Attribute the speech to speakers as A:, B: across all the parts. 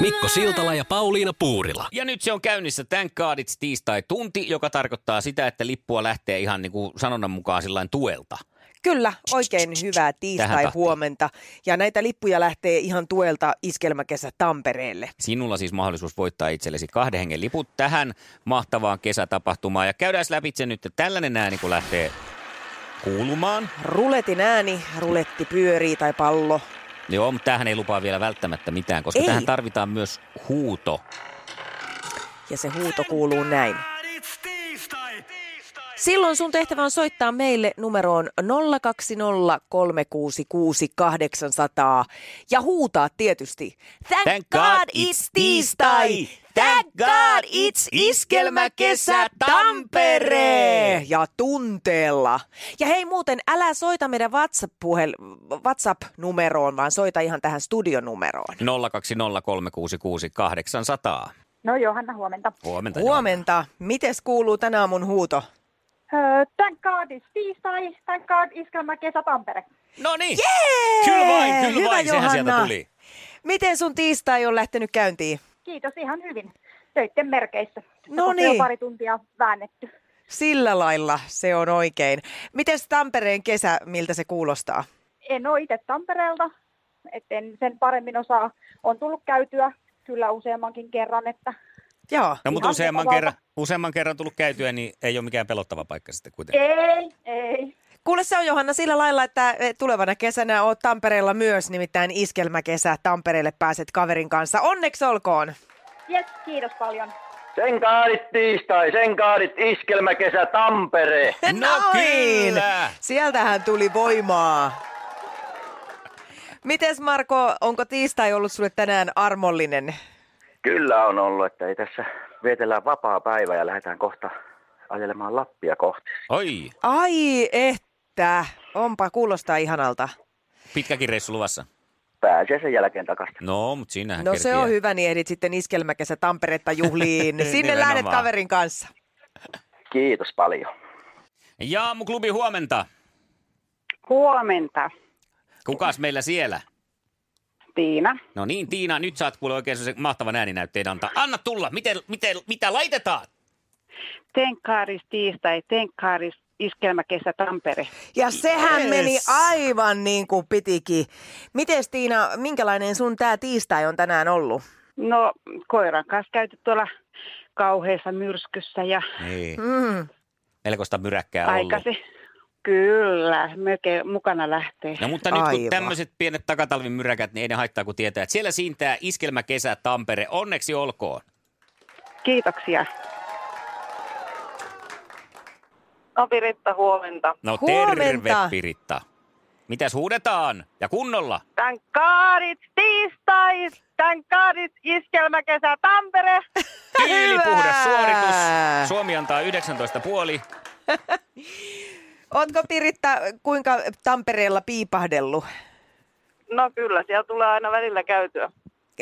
A: Mikko Siltala ja Pauliina Puurila.
B: Ja nyt se on käynnissä Thank God it's tiistai-tunti, joka tarkoittaa sitä, että lippua lähtee ihan niin kuin sanonnan mukaan sillain tuelta.
C: Kyllä, oikein hyvää
B: Tähän tahtiin.
C: tiistai-huomenta. Ja näitä lippuja lähtee ihan tuelta iskelmäkesä Tampereelle.
B: Sinulla siis mahdollisuus voittaa itsellesi kahden hengen liput tähän mahtavaan kesätapahtumaan. Ja käydään lävitse nyt, että tällainen ääni kun lähtee kuulumaan.
C: Ruletin ääni, ruletti pyörii tai pallo.
B: Joo, mutta tähän ei lupaa vielä välttämättä mitään, koska
C: Ei.
B: tähän tarvitaan myös huuto.
C: Ja se huuto kuuluu näin. Silloin sun tehtävä on soittaa meille numeroon 020366800 ja huutaa tietysti Thank,
B: Thank
C: God,
B: God
C: it's
B: it's
C: tiistai!
B: tiistai!
C: Thank God it's iskelmäkesä Tampere! Ja tunteella. Ja hei muuten, älä soita meidän WhatsApp-puhel- WhatsApp-numeroon, vaan soita ihan tähän studionumeroon.
B: 020366800.
D: No Johanna, huomenta.
B: Huomenta.
C: Huomenta. Mites kuuluu tänä aamun huuto?
D: Öö, Thank God is tiistai, thank God iskelmä kesä Tampere.
B: No niin.
C: Jee!
B: Kyllä vain, kyllä
C: Hyvä
B: vain. Sehän sieltä
C: Johanna.
B: tuli.
C: Miten sun tiistai on lähtenyt käyntiin?
D: Kiitos ihan hyvin töiden merkeissä. Tässä
C: No
D: on jo
C: niin.
D: pari tuntia väännetty.
C: Sillä lailla se on oikein. Miten Tampereen kesä, miltä se kuulostaa?
D: En ole itse Tampereelta, etten sen paremmin osaa. On tullut käytyä kyllä useammankin kerran, että
C: Joo.
B: No mutta
D: Ihan
B: useamman
D: mukavalta.
B: kerran, useamman kerran tullut käytyä, niin ei ole mikään pelottava paikka sitten kuitenkin.
D: ei, ei.
C: Kuule se on Johanna sillä lailla, että eh, tulevana kesänä oot Tampereella myös, nimittäin iskelmäkesä. Tampereelle pääset kaverin kanssa. Onneksi olkoon.
D: Yes, kiitos paljon.
E: Sen kaadit tiistai, sen kaadit iskelmäkesä Tampere.
B: No kyllä!
C: Sieltähän tuli voimaa. Mites Marko, onko tiistai ollut sulle tänään armollinen?
E: Kyllä on ollut, että ei tässä vietellään vapaa päivä ja lähdetään kohta ajelemaan Lappia kohti.
B: Oi,
C: Ai että, onpa kuulostaa ihanalta.
B: pitkäkin reissu luvassa.
E: Pääsee sen jälkeen takaisin.
B: No, mutta siinähän
C: No
B: kerkiää.
C: se on hyvä, niin ehdit sitten iskelmäkesä Tamperetta juhliin. Sinne
B: Nimenomaan.
C: lähdet kaverin kanssa.
E: Kiitos paljon.
B: Ja mun klubi huomenta.
F: Huomenta,
B: Kukas meillä siellä?
F: Tiina.
B: No niin, Tiina, nyt saat kuule oikein se mahtavan ääninäytteen antaa. Anna tulla, miten, miten, mitä laitetaan?
F: Tenkkaaris tiistai, tenkkaaris iskelmäkesä Tampere.
C: Ja sehän
B: Yes.
C: meni aivan niin kuin pitikin. Mites Tiina, minkälainen sun tää tiistai on tänään ollut?
F: No, koiran kanssa käyty tuolla kauheessa myrskyssä ja
B: Niin.
C: Mm.
B: Melkoista myräkkää ollut.
F: aikaisin. Kyllä, melkein mukana lähtee.
B: No mutta nyt
C: Aivan.
B: kun tämmöiset pienet takatalvin myräkät, niin ei ne haittaa kun tietää, että siellä siintää iskelmä kesä Tampere. Onneksi olkoon.
F: Kiitoksia.
G: No Piritta, huomenta.
B: No
C: Huomenta.
B: terve Piritta. Mitäs huudetaan? Ja kunnolla.
G: Tän kaarit tiistai, tän kaarit iskelmäkesä Tampere.
B: Tyyli puhdas
C: Hyvä.
B: suoritus. Suomi antaa 19,5.
C: Ootko Piritta kuinka Tampereella piipahdellut?
G: No kyllä, siellä tulee aina välillä käytyä.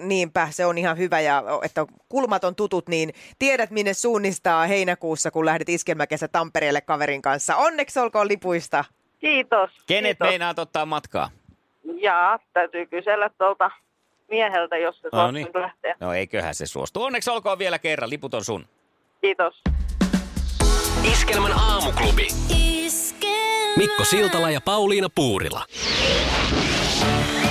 C: Niinpä, se on ihan hyvä ja että kulmat on tutut, niin tiedät minne suunnistaa heinäkuussa, kun lähdet iskelmäkesä Tampereelle kaverin kanssa. Onneksi olkoon lipuista.
G: Kiitos.
B: Kenet
G: kiitos.
B: meinaat ottaa matkaa?
G: Jaa, täytyy kysellä tuolta mieheltä, jos se
B: No
G: no,
B: niin.
G: niin. lähtee.
B: No eiköhän se suostu. Onneksi olkoon vielä kerran. Liput on sun.
G: Kiitos.
A: Iskelmän aamuklubi. Mikko Siltala ja Pauliina Puurila.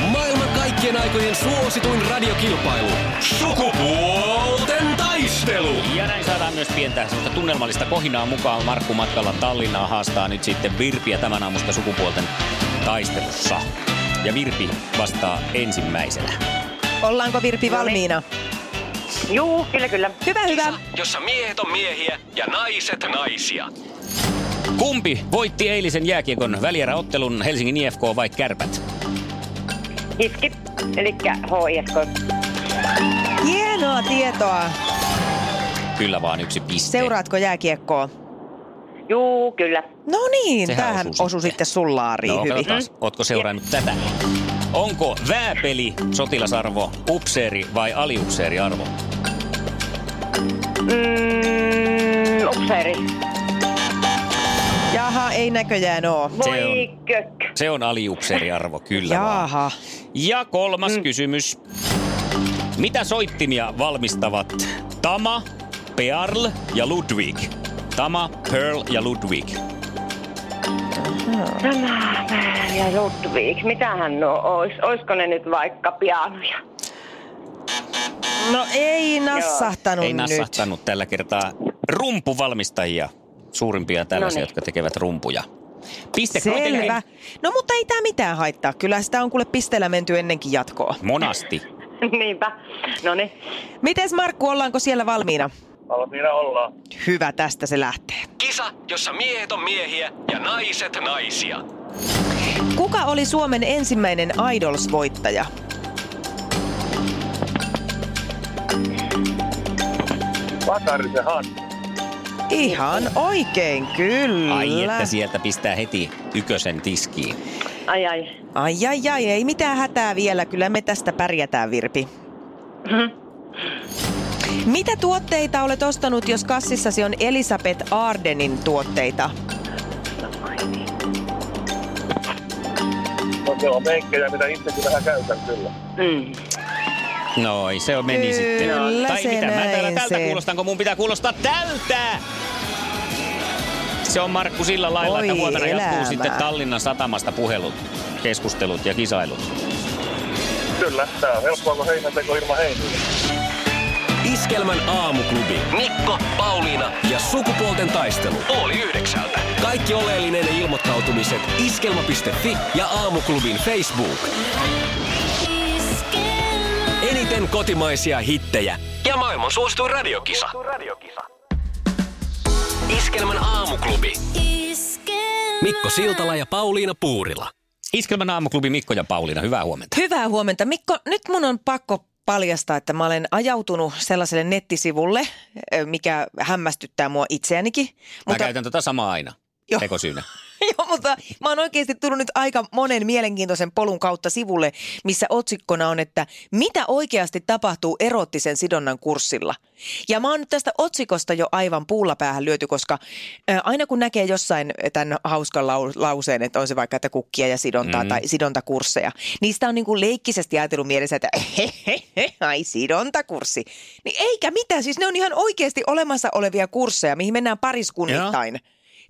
A: Maailman kaikkien aikojen suosituin radiokilpailu. Sukupuolten taistelu.
B: Ja näin saadaan myös pientä sellaista tunnelmallista kohinaa mukaan. Markku matkalla Tallinnaa haastaa nyt sitten Virpiä tämän aamusta sukupuolten taistelussa. Ja Virpi vastaa ensimmäisenä.
C: Ollaanko Virpi valmiina?
G: Juu, kyllä kyllä.
C: Hyvä, hyvä.
A: Jossa miehet on miehiä ja naiset naisia.
B: Kumpi voitti eilisen jääkiekon välieräottelun Helsingin IFK vai Kärpät?
G: Hiski, eli HIFK.
C: Hienoa tietoa.
B: Kyllä vaan yksi piste.
C: Seuraatko jääkiekkoa?
G: Juu, kyllä.
C: No niin,
B: Sehän
C: tämähän
B: osuu
C: osui
B: sitten.
C: sitten sun laariin
B: No,
C: hyvin. Mm.
B: katsotaan, ootko seurannut tätä? Onko vääpeli, sotilasarvo, upseeri vai aliupseeriarvo?
G: Mm, upseeri.
C: Jaha, ei näköjään oo.
B: Se on.
G: Voi kök.
B: Se on aliupseeriarvo, kyllä vaan.
C: Jaha.
B: Ja kolmas mm. kysymys. Mitä soittimia valmistavat Tama, Pearl ja Ludwig? Tama, Pearl ja Ludwig.
G: Tämä Pär ja Ludwig. Mitähän no ois? Oisko ne nyt vaikka pianoja?
C: No ei nassahtanut
B: Ei
C: nyt.
B: nassahtanut tällä kertaa rumpuvalmistajia. Suurimpia tällaisia,
G: Noniin.
B: jotka tekevät rumpuja. Piste
C: Selvä.
B: kuitenkin
C: No mutta ei tää mitään haittaa. Kyllä sitä on kuule pisteellä menty ennenkin jatkoa.
B: Monasti.
G: Niinpä. No niin.
C: Mites Markku, ollaanko siellä valmiina?
E: Almiina ollaan.
C: Hyvä, tästä se lähtee.
A: Kisa, jossa miehet on miehiä ja naiset naisia.
C: Kuka oli Suomen ensimmäinen Idols-voittaja?
E: Vatarisen Hannu.
C: Ihan oikein, kyllä.
B: Ai että sieltä pistää heti ykösen tiskiin.
G: Ai ai.
C: ai, ai, ai, ei mitään hätää vielä. Kyllä me tästä pärjätään, Virpi. Mitä tuotteita olet ostanut, jos kassissasi on Elisabeth Ardenin tuotteita?
E: No se on menkkejä, mitä itsekin vähän käytän kyllä.
G: Mm.
B: Noi, se on meni
C: Kyllä
B: sitten. tai
C: se
B: mitä, mä täällä
C: näin
B: tältä
C: se.
B: kuulostanko? Mun pitää kuulostaa tältä! Se on Markku sillä lailla,
C: Oi
B: että huomenna
C: elämää.
B: jatkuu sitten Tallinnan satamasta puhelut, keskustelut ja kisailut.
E: Kyllä, tää on helppoa kuin heinänteko ilman heiniä.
A: Iskelmän aamuklubi. Mikko, Pauliina ja sukupuolten taistelu. Oli yhdeksältä. Kaikki oleellinen ilmoittautumiset iskelma.fi ja aamuklubin Facebook. Eniten kotimaisia hittejä ja maailman suosituin radiokisa. Iskelmän aamuklubi. Mikko Siltala ja Pauliina Puurila.
B: Iskelmän aamuklubi Mikko ja Pauliina, hyvää huomenta.
C: Hyvää huomenta. Mikko, nyt mun on pakko paljastaa, että mä olen ajautunut sellaiselle nettisivulle, ö, mikä hämmästyttää mua itseänikin.
B: Mä käytän tota samaa aina.
C: Joo.
B: Tekosyynä.
C: Joo, mutta mä oon oikeasti tullut nyt aika monen mielenkiintoisen polun kautta sivulle, missä otsikkona on, että mitä oikeasti tapahtuu erottisen sidonnan kurssilla. Ja mä oon nyt tästä otsikosta jo aivan puulla päähän lyöty, koska ä, aina kun näkee jossain tämän hauskan lau- lauseen, että on se vaikka, että kukkia ja sidontaa mm. tai sidontakursseja, niistä on niin kuin leikkisesti ajatellut mielessä, että hehehe, ai sidontakurssi. Niin eikä mitään, siis ne on ihan oikeasti olemassa olevia kursseja, mihin mennään pariskunnittain.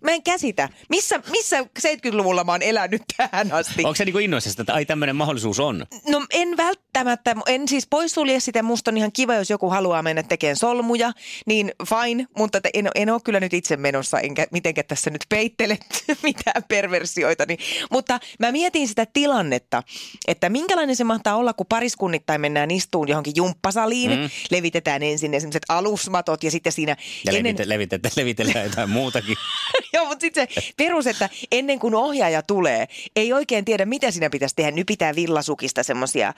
C: Mä en käsitä. Missä, missä 70-luvulla mä oon elänyt tähän asti?
B: Onko se niinku innoisesta, että ai tämmöinen mahdollisuus on?
C: No en välttämättä, en siis poissulje sitä. Musta on ihan kiva, jos joku haluaa mennä tekemään solmuja, niin fine. Mutta te- en, en ole kyllä nyt itse menossa, enkä mitenkä tässä nyt peittele mitään perversioita. Niin. Mutta mä mietin sitä tilannetta, että minkälainen se mahtaa olla, kun pariskunnittain mennään istuun johonkin jumppasaliin. Mm. Levitetään ensin esimerkiksi alusmatot ja sitten siinä...
B: Ja levite, levite, levitellään jotain muutakin.
C: Joo, mutta sitten se perus, että ennen kuin ohjaaja tulee, ei oikein tiedä, mitä siinä pitäisi tehdä. Nyt pitää villasukista semmoisia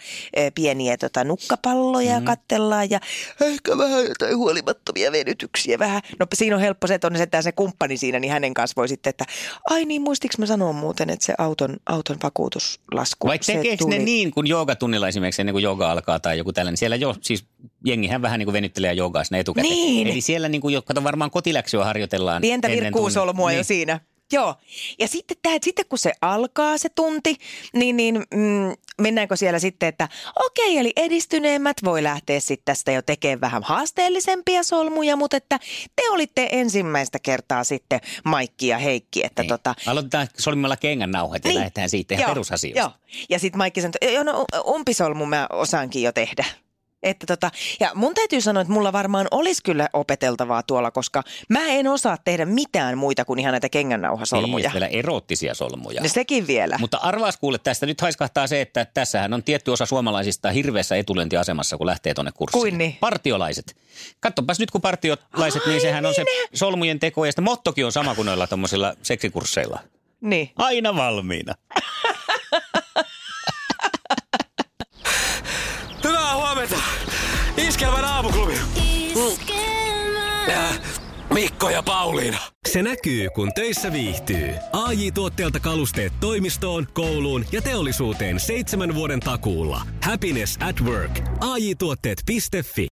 C: pieniä tota, nukkapalloja mm. ja kattellaan ja ehkä vähän jotain huolimattomia venytyksiä vähän. No siinä on helppo se, että on se, se kumppani siinä, niin hänen kanssa voi sitten, että ai niin, muistiks mä sanoa muuten, että se auton, auton vakuutuslasku.
B: Vai
C: se
B: tekeekö ne
C: tuli-
B: niin, kun joogatunnilla esimerkiksi ennen kuin jooga alkaa tai joku tällainen. Siellä jo, siis jengihän vähän niin kuin venyttelee ja joogaa sinne etukäteen.
C: Niin.
B: Eli siellä niin kuin, jo- kato varmaan kotiläksyä harjoitellaan.
C: Pientä
B: ennen Niin.
C: virkkuusolmua
B: tunnin.
C: jo siinä. Joo. Ja sitten, tää, että sitten kun se alkaa se tunti, niin, niin mm, mennäänkö siellä sitten, että okei, eli edistyneemmät voi lähteä sitten tästä jo tekemään vähän haasteellisempia solmuja, mutta että te olitte ensimmäistä kertaa sitten Maikki ja Heikki, että
B: Niin.
C: tota,
B: Aloitetaan solmimalla kengän nauhat ja niin. lähdetään siitä ihan perusasioista.
C: Joo. Ja sitten Maikki sanoi, että joo, no umpisolmu mä osaankin jo tehdä. Että tota, ja mun täytyy sanoa, että mulla varmaan olisi kyllä opeteltavaa tuolla, koska mä en osaa tehdä mitään muita kuin ihan näitä kengännauhasolmuja.
B: Niin, vielä eroottisia solmuja.
C: No sekin vielä.
B: Mutta arvaas kuule tästä, nyt haiskahtaa se, että tässähän on tietty osa suomalaisista hirveässä etulentiasemassa, kun lähtee tuonne kurssille.
C: Kuin niin?
B: Partiolaiset. Katsopas nyt kun partiolaiset, Ai, niin sehän on se solmujen teko ja sitten mottokin on sama kuin noilla tuommoisilla seksikursseilla.
C: Niin.
B: Aina valmiina.
A: Hyvää huomenta.
H: Iskelmän aamuklubi.
I: Iskelmä.
H: Äh, Mikko ja Pauliina.
A: Se näkyy, kun töissä viihtyy. ai tuotteelta kalusteet toimistoon, kouluun ja teollisuuteen seitsemän vuoden takuulla. Happiness at work. AJ-tuotteet.fi.